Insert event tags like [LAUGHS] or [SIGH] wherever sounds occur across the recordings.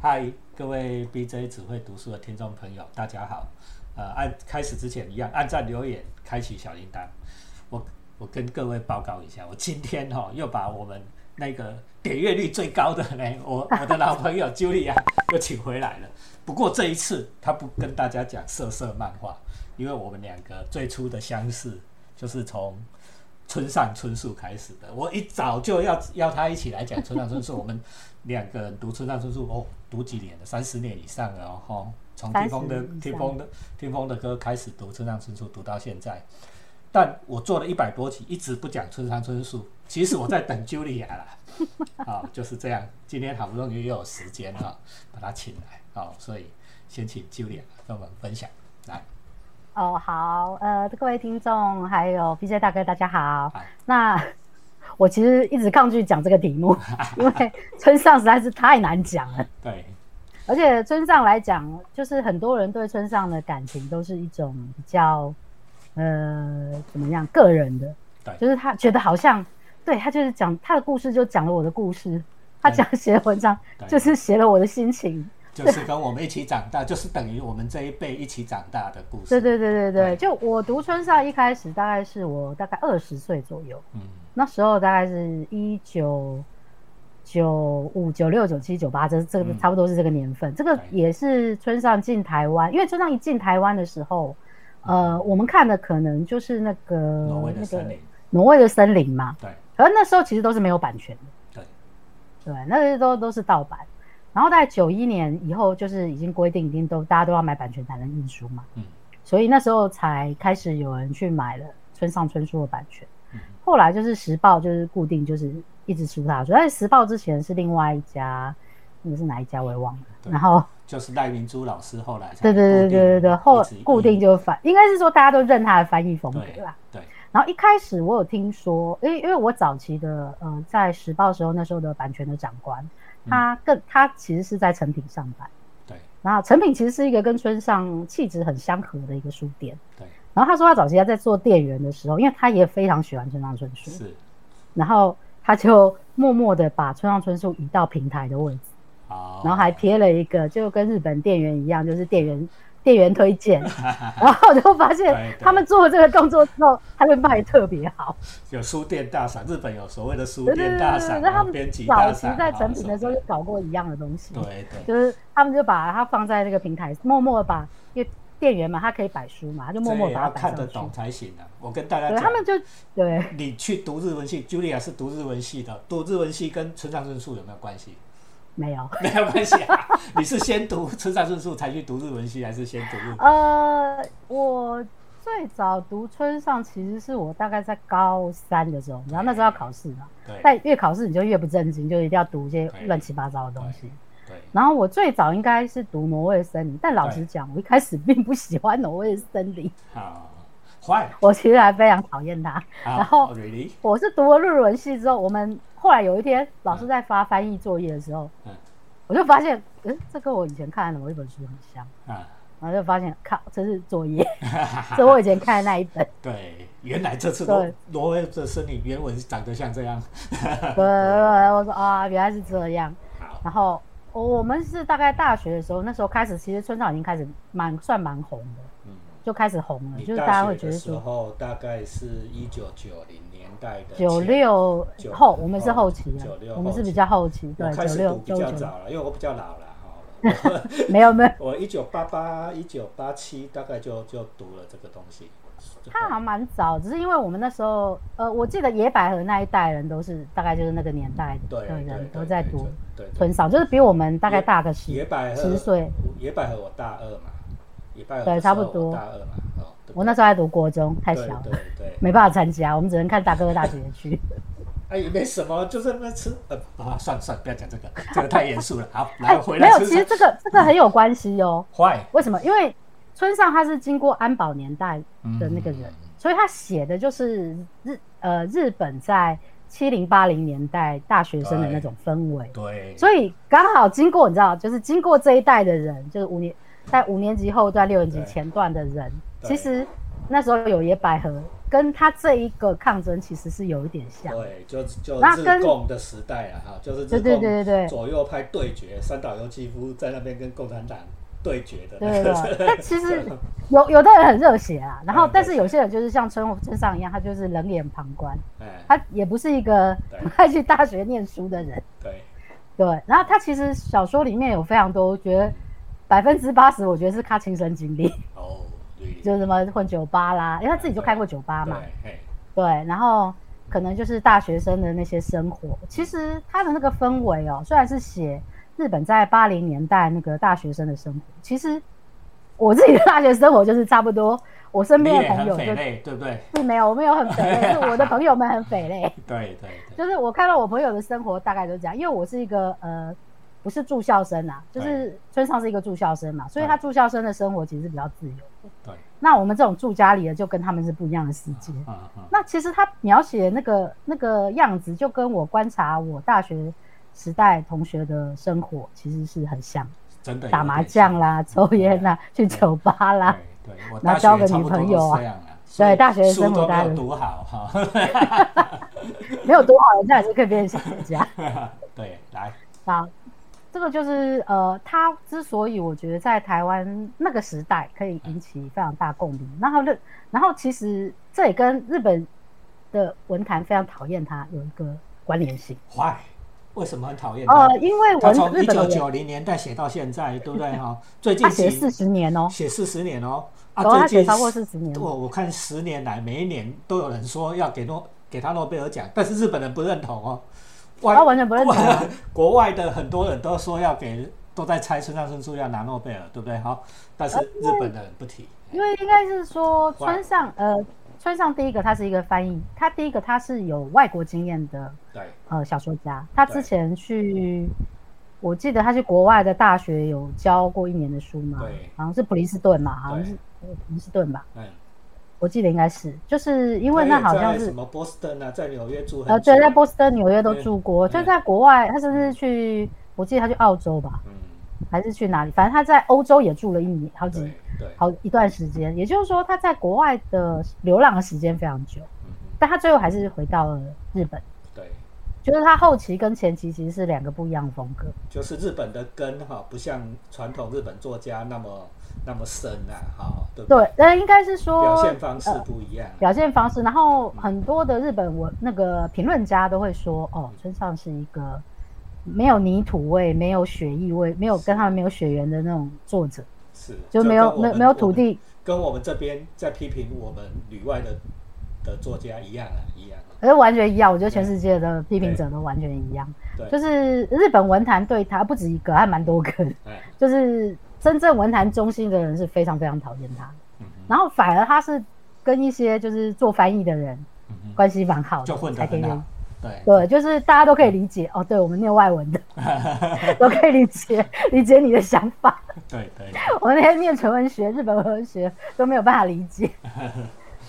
嗨，各位 BJ 只会读书的听众朋友，大家好。呃，按开始之前一样，按赞、留言、开启小铃铛。我我跟各位报告一下，我今天哈、哦、又把我们那个点阅率最高的呢， [LAUGHS] 我我的老朋友 Julia 又请回来了。不过这一次他不跟大家讲色色漫画，因为我们两个最初的相识就是从村上春树开始的。我一早就要要他一起来讲村上春树，我们两个人读村上春树哦，读几年了，三十年以上了哦，吼从听风的30以上听风的听风的歌开始读村上春树，读到现在。但我做了一百多集，一直不讲村上春树。其实我在等 Julia [LAUGHS] 啦，好、就是这样。今天好不容易又有时间哈、把他请来，好、所以先请 Julia 跟我们分享。来，哦，好，呃，各位听众还有 BJ 大哥，大家好嗨。那 [LAUGHS] 我其实一直抗拒讲这个题 [LAUGHS] 目，因为村上实在是太难讲了。对，而且村上来讲，就是很多人对村上的感情都是一种比较，呃，怎么样，个人的对，就是他觉得好像，对他就是讲他的故事，就讲了我的故事。他讲写的文章对就是写了我的心情，就是跟我们一起长大，就是等于我们这一辈一起长大的故事。对，对对对对对，就我读村上一开始大概是我大概二十岁左右，嗯，那时候大概是一九九五、九六、九七、九八，这这个嗯差不多是这个年份。这个对也是村上进台湾，因为村上一进台湾的时候，呃，我们看的可能就是那个嗯挪威的那个森林，挪威的森林嘛，对可是那时候其实都是没有版权的，对，对，那些都都是盗版。然后在九一年以后，就是已经规定，已经都大家都要买版权才能印书嘛，嗯所以那时候才开始有人去买了村上春树的版权。嗯后来就是时报，就是固定就是一直出他的书，但是时报之前是另外一家，那个是哪一家我也忘了。对然后就是赖明珠老师后来才对对对对对对，后固定一直固定就翻，应该是说大家都认他的翻译风格对啦。对然后一开始我有听说，因为因为我早期的呃，在时报时候那时候的版权的长官，嗯他更他其实是在成品上班，对然后成品其实是一个跟村上气质很相合的一个书店。对然后他说他早期他在做店员的时候，因为他也非常喜欢村上春树，是然后他就默默的把村上春树移到平台的位置，好，然后还贴了一个，就跟日本店员一样，就是店员店员 [LAUGHS] 推荐，然后我就发对现哎对他们做了这个动作之后，他就卖得特别好。有书店大赏，日本有所谓的书对对店对大对赏对，那他啊，们编辑早大期赏啊，在成品的时候就什搞过一样的东西，么的对对，就是他们就把它放在那个平台，默默地把因为店员嘛，他可以摆书嘛，他就默默这也地把它要摆上看去。得懂才行啊。我跟大家对，讲，他们就对你去读日文系，Julia 是读日文系的，读日文系跟村上春树有没有关系？没有。 [LAUGHS] 没有关系啊。你是先读村上春树才去读日文系，还是先读日文？呃，我最早读村上其实是我大概在高三的时候，然后那时候要考试嘛，对但越考试你就越不正经，就一定要读一些对乱七八糟的东西。对，然后我最早应该是读挪威森林，但老实对讲，我一开始并不喜欢挪威森林，好，坏，我其实还非常讨厌它。好然后，really，我是读了日文系之后，我们后来有一天老师在发翻译作业的时候，嗯我就发现，嗯，这跟我以前看的某一本书很像，啊，然后就发现，靠，这是 [LAUGHS] 作业，这我以前看的那一本。对，原来这次挪对挪威的森林原文长得像这样，对，我说啊，原来是这样。好，然后我我们是大概大学的时候，那时候开始，其实村上已经开始蛮算蛮红的，嗯。就开始红了，你就是大大家学会觉的得时说候大概是一九九零年代的九前六九哦后，我们是后期九六的，后我们是比较后期，我对，开九始六读比九较九早了，因为我比较老了哈。没有没有，我 [LAUGHS] 我一九八八、一九八七大概就就读了这个东西。他好像蛮早，只是因为我们那时候，呃，我记得野百合那一代人都是大概就是那个年代对的对对人都在读对对村上，就是比我们大概野大个野十，百合10岁，野百合我大二嘛，野百合对的时候差不多我大二嘛。哦，对我那时候还读国中，太小了对，对对， [LAUGHS] 没办法参加，我们只能看大哥和大姐 [LAUGHS] 姐去。哎也没什么，就是那吃呃啊，算了算了，不要讲这 [LAUGHS] 个，这个太严肃了。好，哎来，回没来有，吃其实这个这个很有关系哦。坏为什么？因为村上他是经过安保年代嗯的那个人，所以他写的就是日呃日本在七零八零年代大学生的那种氛围。对，所以刚好经过你知道，就是经过这一代的人，就是五年啊在五年级后段、六年级前段的人，对其实那时候有野百合跟他这一个抗争其实是有一点像。对，就就那日跟共的时代了哈，就是对日对共对对对左右派对决，三岛由纪夫在那边跟共产党对决的那对个的是，但其实有有的人很热血啊，然后嗯但是有些人就是像村村上一样，他就是冷眼旁观， [LAUGHS] 哎，他也不是一个对 [LAUGHS] 爱去大学念书的人。对，对，然后他其实小说里面有非常多，我觉得百分之八十，我觉得是他亲身经历， [LAUGHS] 哦，对，就是什么混酒吧啦，因为他自己就开过酒吧嘛，对，嘿，对，然后可能就是大学生的那些生活，其实他的那个氛围哦，虽然是写日本在八零年代那个大学生的生活，其实我自己的大学生活就是差不多，我身你边的也朋很友匪就类，对不对？并没有，我没有很匪类，是我的朋友们很匪类。对对对， [LAUGHS] 就是我看到我朋友的生活大概就是这样，因为我是一个呃，不是住校生啊，就是村上是一个住校生嘛，所以他住校生的生活其实比较自由。对，那我们这种住家里的就跟他们是不一样的世界。嗯嗯，那其实他描写那个那个样子，就跟我观察我大学时代同学的生活其实是很像，真的打麻将啦、抽烟啦、去酒吧啦。对，对我大然后交学个差女不多朋都友啊这样啊，对书大学书生活都大没有家都读好哈， [LAUGHS] [LAUGHS] 没有多好，人家也是可以变成人家。对，来，啊，这个就是呃，他之所以我觉得在台湾那个时代可以引起非常大共鸣，然后日，然后其实这也跟日本的文坛非常讨厌他有一个关联性。坏，为什么很讨厌他？呃，因为他文从日一本九的文九零年代写到现在，对不对哈？最近他写四几十年哦，写四十年哦，啊，然后他最写近超过四十年我我看十年来每一年都有人说要给诺给他诺贝尔奖，但是日本人不认同哦，外他完全不认同啊。国 [LAUGHS] 国外的很多人都说要给，都在猜村上春树要拿诺贝尔，对不对？好，但是日本的人不提，因为应该是说村上呃，村上第一个他是一个翻译，他第一个他是有外国经验的对呃小说家，他之前去，我记得他去国外的大学有教过一年的书嘛对，好像是普林斯顿嘛，好像是呃普林斯顿吧，嗯，我记得应该是，就是因为那好他像也在什是么波士顿啊，在纽约住很久，呃对，在波士顿、纽约都住过，对就在国外，他甚至去，我记得他去澳洲吧，嗯，还是去哪里，反正他在欧洲也住了一年，好几对对，好一段时间，也就是说他在国外的流浪的时间非常久，嗯嗯但他最后还是回到了日本，对，就是他后期跟前期其实是两个不一样的风格。就是日本的根哈，不像传统日本作家那么那么深啊，哈，对不对，那应该是表说呃现方式不一样啊，表现方式，然后很多的日本文那个评论家都会说，哦，村上是一个没有泥土味、没有血意味、没有跟他们没有血缘的那种作者，是就没跟有我没们有没有土，我们地。跟我们这边在批评我们旅外的的作家一样啊，一样啊，而完全一样，我觉得全世界的批评者都完全一样，对，就是日本文坛对他不止一个，还蛮多个的，哎，就是真正文坛中心的人是非常非常讨厌他的，嗯哼然后反而他是跟一些就是做翻译的人嗯哼关系蛮好的，就混得才可以很啊有好。对，对，就是大家都可以理解哦。对，我们念外 [LAUGHS] 文的都可以理解理解你的想法。对对，我那天念纯文学、日本文学都没有办法理 [LAUGHS] 解。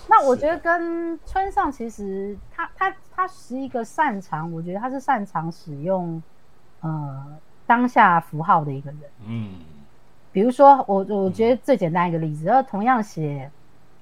那我觉得跟村上其实他他他是一个擅长，我觉得他是擅长使用呃当下符号的一个人。嗯，比如说，我我觉得最简单一个例子，然后同样写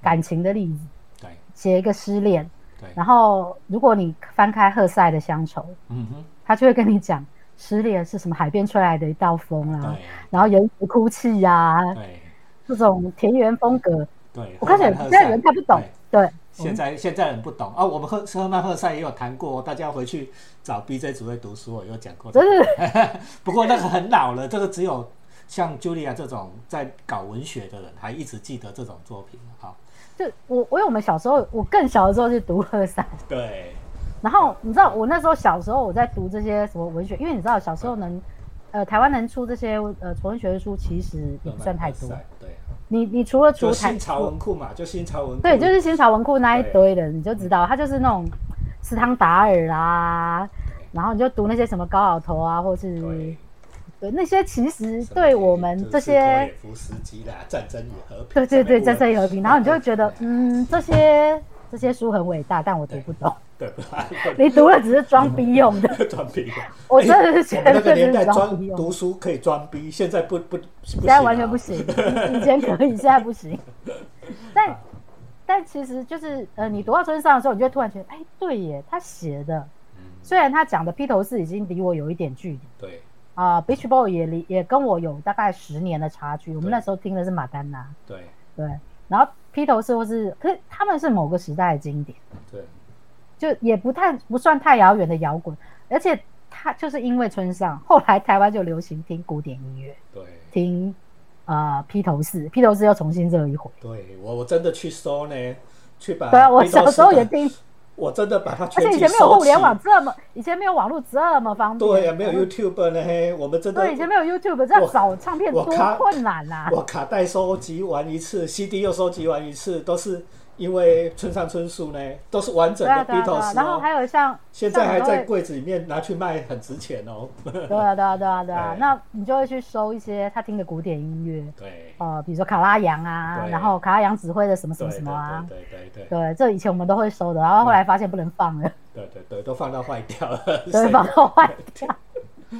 感情的例子，对写一个失恋，对，然后如果你翻开赫塞的乡愁，嗯哼，他就会跟你讲失恋是什么海边吹来的一道风啊，对然后人子哭泣呀、啊，对这种田园风格，对。我看起来赫曼现在赫人塞看不懂对，对，嗯现在现在人不懂啊，我们赫赫曼赫塞也有谈过，大家回去找 BJ 只会读书，我有讲过这真个。 [LAUGHS] 不过那个很老了，这个只有像 Julia 这种在搞文学的人还一直记得这种作品好，就我我有我们小时候，我更小的时候去读赫塞，对，然后你知道我那时候小时候我在读这些什么文学，因为你知道小时候嗯能。呃，台湾能出这些呃纯文学的书，其实也不嗯算太多赫。曼赫塞对，你你除了除就台新潮文库嘛，就新潮文库，对，就是新潮文库那一对堆的，你就知道他就是那种斯汤达尔啦，然后你就读那些什么高老头啊，或是对。对那些其实什么对我就们是这些，托也夫斯基啦，《战争与和平》对对对，什么乌尔战胜与和平，然后你就会觉得，嗯，这些这些书很伟大，但我读不 [LAUGHS] 懂，对吧？对你读了只是装逼用的。装逼，我 [LAUGHS] 真的是哎我们那个觉得这年是代装装逼哦用，读书可以装逼，现在不不不行啊， [LAUGHS] 现在完全不行，以前可以，现在不行。但但但其实就是呃，你读到村上的时候，你就会突然觉得，哎，对耶，他写的嗯，虽然他讲的披头士已经离我有一点距离对，啊、b e a c h Boy 也离也跟我有大概十年的差距。我们对那时候听的是马丹娜，对，对，然后披头士或是，可是他们是某个时代的经典。对，就也不太不算太遥远的摇滚，而且他就是因为村上，后来台湾就流行听古典音乐，对，听呃披头士，披头士又重新热一回。对，我我真的去搜呢，去把对啊，我披头小士时候的，也听，我真的把它全而且集以前没有收互联起网，这么，以前没有网络这么方便，嗯对啊呀，没有 YouTube 呢，嘿，我们真的对，以前没有 YouTube，这样我找唱片我多看困难啊呐、我卡带收集完一次，CD 又收集完一次，都是因为村上春树呢，都是完整对啊，的对啊，对 Beatles 啊哦。。然后还有像现在还像你在会柜子里面拿去卖，很值钱 [LAUGHS] 哦。对啊，对啊，对啊，对啊哎，那你就会去收一些他听的古典音乐，对，呃，比如说卡拉扬啊，对然后卡拉扬指挥的什么什对么什么啊，对对对对对，这以前我们都会收的，然后后来发现不能放了，对对对，都放到坏掉了。 [LAUGHS] 对，把它坏掉。 [LAUGHS]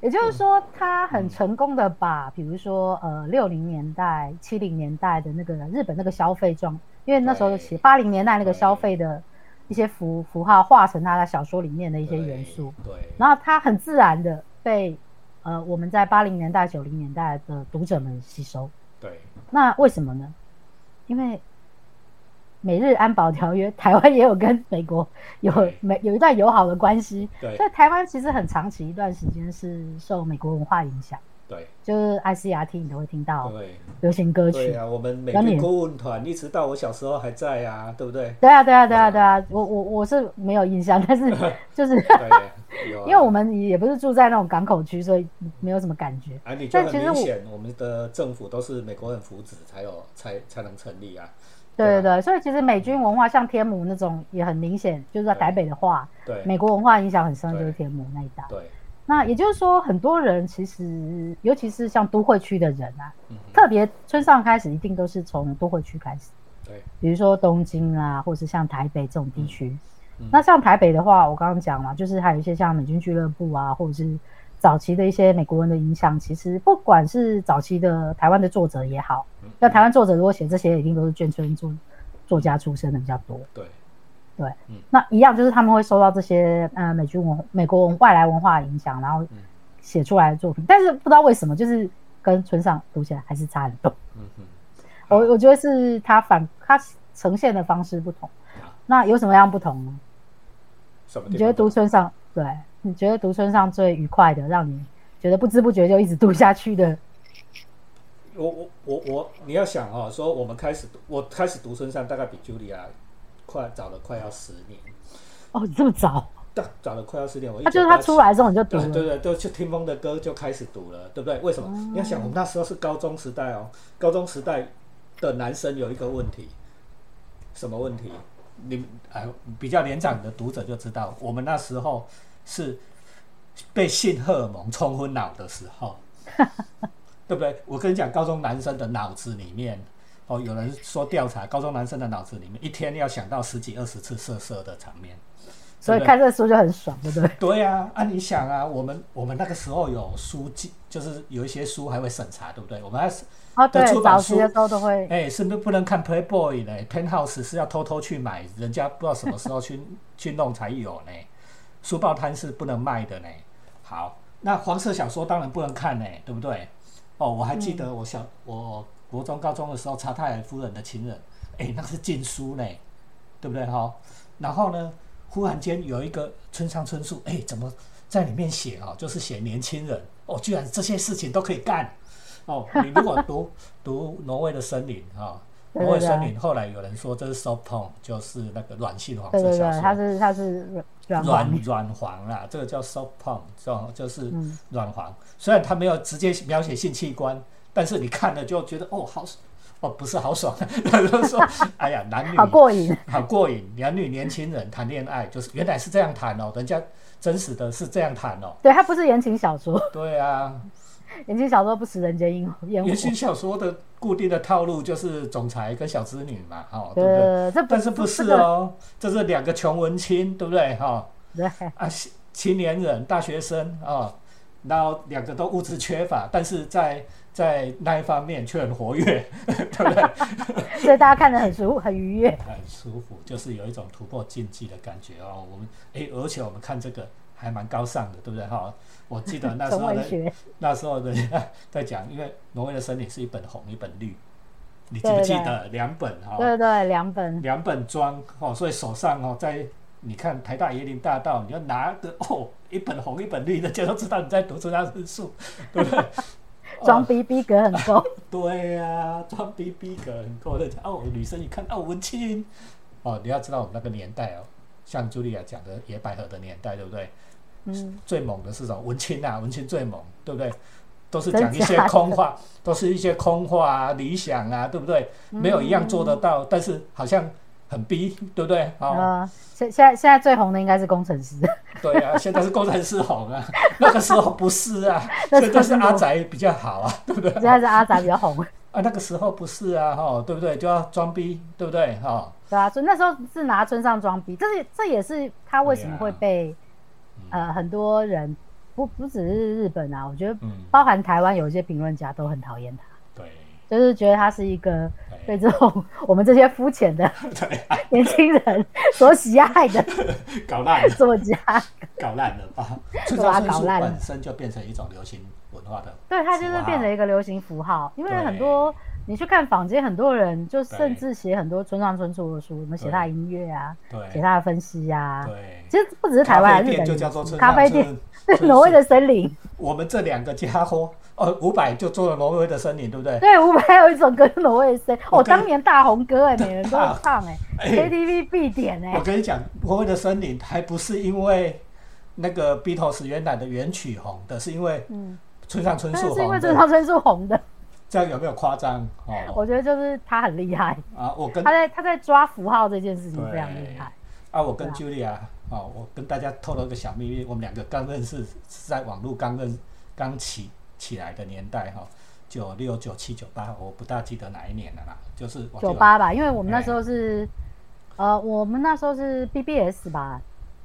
也就是说，他嗯很成功的把，比如说呃六零年代、七零年代的那个日本那个消费状，因为那时候对写八零年代那个对消费的一些符符号，画成他的小说里面的一一些元素，。对，然后他很自然的被呃我们在八零年代、九零年代的读者们吸收。对，那为什么呢？因为美日安保条约，台湾也有跟美国有对美有一段友好的关系，对所以台湾其实很长期一段时间是受美国文化影响，对，就是 ICRT 你都会听到对，流行歌对曲。啊，我们美当军年顾问团一直到我小时候还在啊，对不 [LAUGHS] 对？对啊，对啊，对啊，对啊，我我我是没有印象，[LAUGHS] 但是就是对，有啊。因为我们也不是住在那种港口区，所以没有什么感觉。啊，你就但很其实明我显，我们的政府都是美国人扶植才有才才能成立啊。对对啊对对，所以其实美军文化像天母那种也很明显，就是在台北的话，对，美国文化影响很深，对就是天母那一带。对，那也就是说，很多人其实，尤其是像都会区的人啊，嗯哼，特别村上开始一定都是从都会区开始，对，比如说东京啊，或是像台北这种地区。嗯那像台北的话，我刚刚讲嘛，就是还有一些像美军俱乐部啊，或者是早期的一些美国人的影响。其实不管是早期的台湾的作者也好，嗯那台湾作者如果写这些，一定都是眷村作作家出身的比较多。对，那一样就是他们会受到这些呃美军文、美国文外来文化影响，然后嗯写出来的作品。但是不知道为什么，就是跟村上读起来还是差很多。嗯哼，我好我觉得是他反他呈现的方式不同好。那有什么样不同呢？什哦么地方都？你觉得读村上对？你觉得读村上最愉快的，让你觉得不知不觉就一直读下去的？ [LAUGHS] 我我我我，你要想哦，说我们开始读，我开始读村上大概比茱莉亚快早了快要十年，哦，你这么早？大早了快要十年。我他啊就是他出来。来之后你就读对对了，哦对，就去听风的歌就开始读了，对不对？为什么？你要想，我们那时候是高中时代哦，高中时代的男生有一个问题，什么问题？你哎，比较年长的读者就知道，我们那时候是被性荷尔蒙冲昏脑的时候， [LAUGHS] 对不对？我跟你讲，高中男生的脑子里面。哦，有人说调查高中男生的脑子里面，一天要想到十几二十次色色的场面，所以对不对看这书就很爽，对不对？对呀、啊，你想啊，我们我们那个时候有书记，就是有一些书还会审查，对不对？我们还是哦，对对出，版早书期的时候都会。哎，是不是不能看 Playboy 呢？Penthouse 是要偷偷去买，人家不知道什么时候去 [LAUGHS] 去弄才有呢。书报摊是不能卖的呢。好，那黄色小说当然不能看呢，对不对？哦，我还记得我小、我国中高中的时候，《查泰尔夫人的情人》，哎，那个是禁书呢，对不对哈、然后呢，忽然间有一个村上春树，哎，怎么在里面写哦，就是写年轻人哦，居然这些事情都可以干哦。你如果读 [LAUGHS] 读挪威的森林哈、对对挪威对森林后来有人说这是 soft porn，就是那个软性黄对色对小对，说。他是他是软软黄软黄啦，这个叫 soft porn，叫就是嗯软黄。虽然它没有直接描写性器官，但是你看了就觉得哦，好，哦不是好爽， [LAUGHS] 就是说哎呀，男女好过瘾。好过瘾，男女年轻人谈恋爱就是原来是这样谈哦，人家真实的是这样谈哦。对，它不是言情小说， [LAUGHS] 对啊，言情小说不食人间烟火烟火言。情小说的固定的套路就是总裁跟小织女嘛，哦，对不对？呃，这不但是不是？哦，这是两个穷文青，对不对？哈、这个对 [LAUGHS] 啊，青青年人、大学生啊、哦，然后两个都物质缺乏，但是在在那一方面却很活跃，对不对？所以大家看得很舒服，很愉 [LAUGHS] 悦。很舒服，就是有一种突破禁忌的感觉哦。我们诶，而且我们看这个还蛮高尚的，对不对哈、我记得那时中 [LAUGHS] 候文的学，那时候的 [LAUGHS] 在讲，因为挪威的森林是一本红一本绿，你记对不对记对得两本哈、对对，两本，两本装哦，所以手上哦，在你看台大椰林大道，你要拿个哦，一本红一本绿的，就都知道你在读出它是树，对 [LAUGHS] 不对？装哦、逼逼格很 [LAUGHS] 够。对呀、装逼逼格很够的，哦，女生一看哦，文青哦，你要知道我们那个年代哦，像茱莉亚讲的野百合的年代，对不对？嗯，最猛的是什么？文青啊，文青最猛，对不对？都是真讲一些假的嗯空话，都是一些空话啊、理想啊，对不对？没有一样做得到，但是好像很逼，对不对？哦，呃，现现在现在最红的应该是工 [LAUGHS] 程师，对啊，现在是工程师红啊， [LAUGHS] 那个时候不是啊， [LAUGHS] 所那时候以都是阿宅比较好啊，对不对？现在是阿宅比较红， [LAUGHS] 啊，那个时候不是啊，哈、对不对？就要装逼，对不对？哦哈、对啊，所以那时候是拿村上装逼，这是这也是他为什么啊会嗯被、对呃很多人不不只是日本啊，我觉得嗯，包含台湾有一些评论家都很讨厌他，对，就是觉得他是一个对， [LAUGHS] 被这种我们这些肤浅的 [LAUGHS] 年轻人所喜 [LAUGHS] 爱的搞烂了，作家，搞烂了 [LAUGHS] 吧？村把它上春搞树烂了本身就变成一种流行文化的，对他就是变成一个流行符号，因为很多。你去看坊间，很多人就甚至写很多村上春树的书，什么写他的音乐啊，写对，他的分析啊，哎对。其实不只是台咖湾，啡日店本就叫做村咖上啡春店，春树对 [LAUGHS] 挪威的森林。我们这两个家伙，哦，五百就做了挪威的森林，对不对？对，伍佰有一首歌是挪威的森林，我 [LAUGHS] 哦，跟当年大红歌哎，每人都会唱哎哎，KTV 必点哎我，跟你讲，挪威的森林还不是因为那个 Beatles 原来的原曲红的，是因为嗯，村上春但树是因为红村的，上春树红的，这样有没有夸张？哦，我觉得就是他很厉害，啊，我跟他在他在抓符号这件事情对非常厉害。啊，我跟对 Julia 哦，我跟大家透露一个小秘密，我们两个刚认识，是在网络刚认刚起起来的年代哈，九六九七九八，我不大记得哪一年了啦，哎就是我记得酒吧吧，因为我们那时候是，呃，我们那时候是 BBS 吧，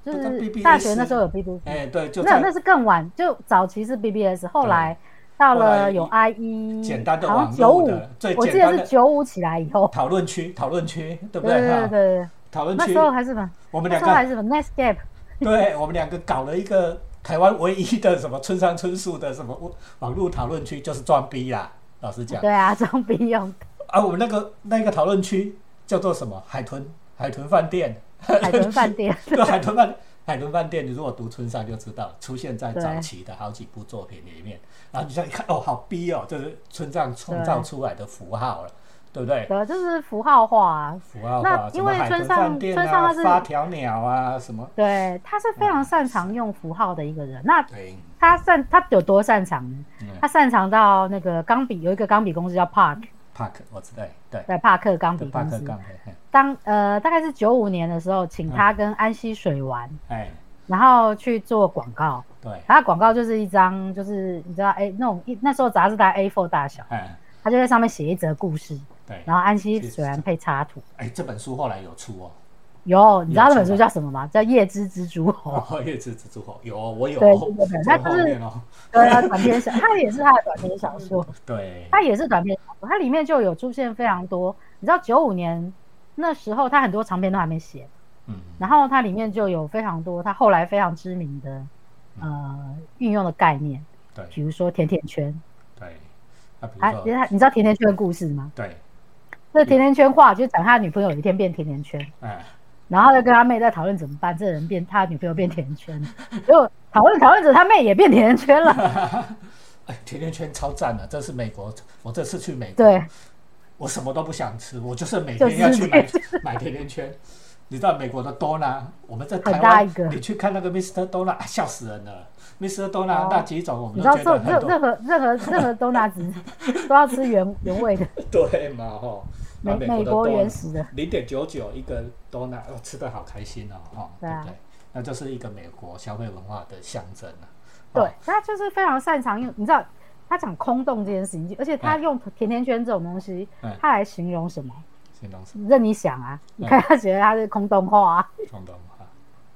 就对对是 BBS 大学那时候有 BBS，哎，对，就没有，在那是更晚，就早期是 BBS，后来到后来了有 IE，简单的好网像九络五的，最我记简得单是的九五起来以后，讨论区，讨论区，对不对对对哈？对，讨论那区时，候还是什么，我们那两时候还个，是什么 Next [LAUGHS] Gap，对我们两个搞了一个台湾唯一的什么村上春树的什么网网络讨论区，就是装逼啦。老实讲，对啊，装逼用 [LAUGHS] 啊，我们那个那个讨论区叫做什么？海豚海豚饭店，海豚饭店，对，海豚饭 [LAUGHS] 海豚饭店，你如果读村上就知道，出现在早对期的好几部作品里面。然后你想一看，哦，好逼哦，这是村上创对造出来的符号了，对不对？对，就是符号化啊、符号那化，什因么为海村豚上饭店村上啊他，是发条鸟啊，什么对，他是非常擅长用符号的一个人。那对，他擅他有多擅长呢嗯？他擅长到那个钢笔有一个钢笔公司叫 Park，帕克，我知道，对，对，帕克钢笔对帕公克司。杠嘿嘿当呃大概是九五年的时候，嗯请他跟安溪水丸，哎，然后去做广告。对，他的广告就是一张，就是你知道，哎、那种一那时候杂志大概 A4 大小，哎，他就在上面写一则故事，对，然后安溪水丸配插图。哎，这本书后来有出哦，有，你知道那本书叫什么吗？叫《夜之蜘蛛猴》。 [LAUGHS] 哦，月之蜘蛛猴有哦，我有对哦对对，对在它后就是面哦，对啊，短篇小，它也是他的短篇小说，对，它也是短篇小说，它里面就有出现非常多。你知道九五年那时候，他很多长篇都还没写，嗯，然后它里面就有非常多他后来非常知名的呃运用的概念，对比如说甜甜圈。对，啊，比如啊，说你知道你知道甜甜圈的故事吗？对，嗯那甜甜圈话就讲他女朋友有一天变甜甜圈，哎，然后他就跟他妹在讨论怎么办，这人变他女朋友变甜甜圈， [LAUGHS] 结果讨论讨论着他妹也变甜甜圈了。哎，甜甜圈超赞的，这是美国，我这次去美国，对，我什么都不想吃，我就是每就天要去是买买甜甜圈。你知道美国的 Dona，我们在台很大湾一个，你去看那个 Mr. Dona，、啊、笑死人了。Mr. Dona、哦那几种，我们你都知道觉做得很任多，任何任何任何 d o n [LAUGHS] 都要吃原原味的，对嘛吼。美那美啊的国原始的，零点九九一个 Dona，、哦、吃的好开心哦，哈、对啊对不对？那就是一个美国消费文化的象征啊。哦对，他就是非常擅长用，你知道他讲空洞这件事情，而且他嗯用甜甜圈这种东西嗯，他来形容什么？新东西任你想啊，你看他觉得他是空洞化啊。冲动化，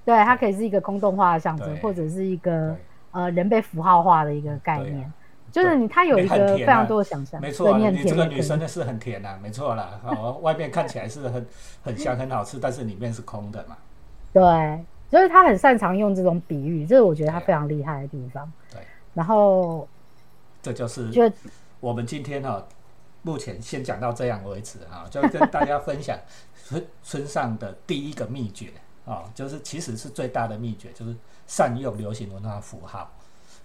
对，它可以是一个空洞化的象征对，或者是一个对呃人被符号化的一个概啊念，就是你他有一很个甜非啊常多的想象，没对错，啊你很你这甜个也女可生以，的是很甜啊，没错啦。哦，外面看起来是很很香很好吃，但是里面是空的嘛。对，就是他很擅长用这种比喻，这是我觉得他对啊非常厉害的地方。对，然后这就是就我们今天哈、目前先讲到这样为止啊，就跟大家分享村 [LAUGHS] 村上的第一个秘诀啊、就是其实是最大的秘诀，就是善用流行文化符号，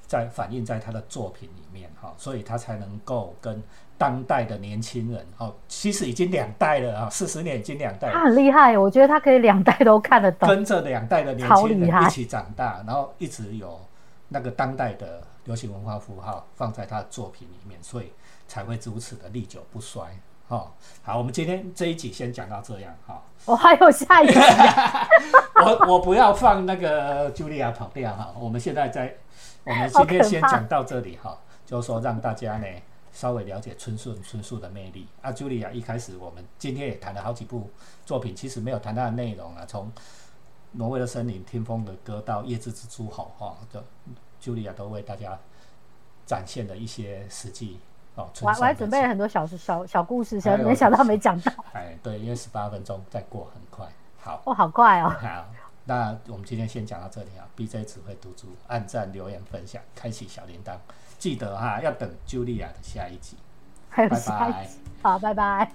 在反映在他的作品里面哈、所以他才能够跟当代的年轻人哦，其实已经两代了啊，四十年已经两代了他，很厉害，我觉得他可以两代都看得懂。跟着两代的年超轻厉人害一起长大，然后一直有那个当代的流行文化符号放在他的作品里面，所以才会如此的历久不衰。哦，好，我们今天这一集先讲到这样哈、我还有下 [LAUGHS] 一个，我我不要放那个茱莉亚跑掉哈、我们现在在，我们今天好可怕先讲到这里哈、就是说让大家呢稍微了解春树春树的魅力啊。茱莉亚一开始我们今天也谈了好几部作品，其实没有谈它的内容啊，从挪威的森林、听风的歌到夜之蜘蛛吼哈，这茱莉亚都为大家展现了一些实际哦。我村还我还上的准备了很多小小小故事，想哎呦没想到没讲到，哎，对，因为十八分钟再过很快，好。哦，好快哦。好，那我们今天先讲到这里啊。BJ 只会读书，按赞、留言、分享，开启小铃铛，记得哈，要等茱莉亚的下一集，还有拜下一拜集，。好，拜拜。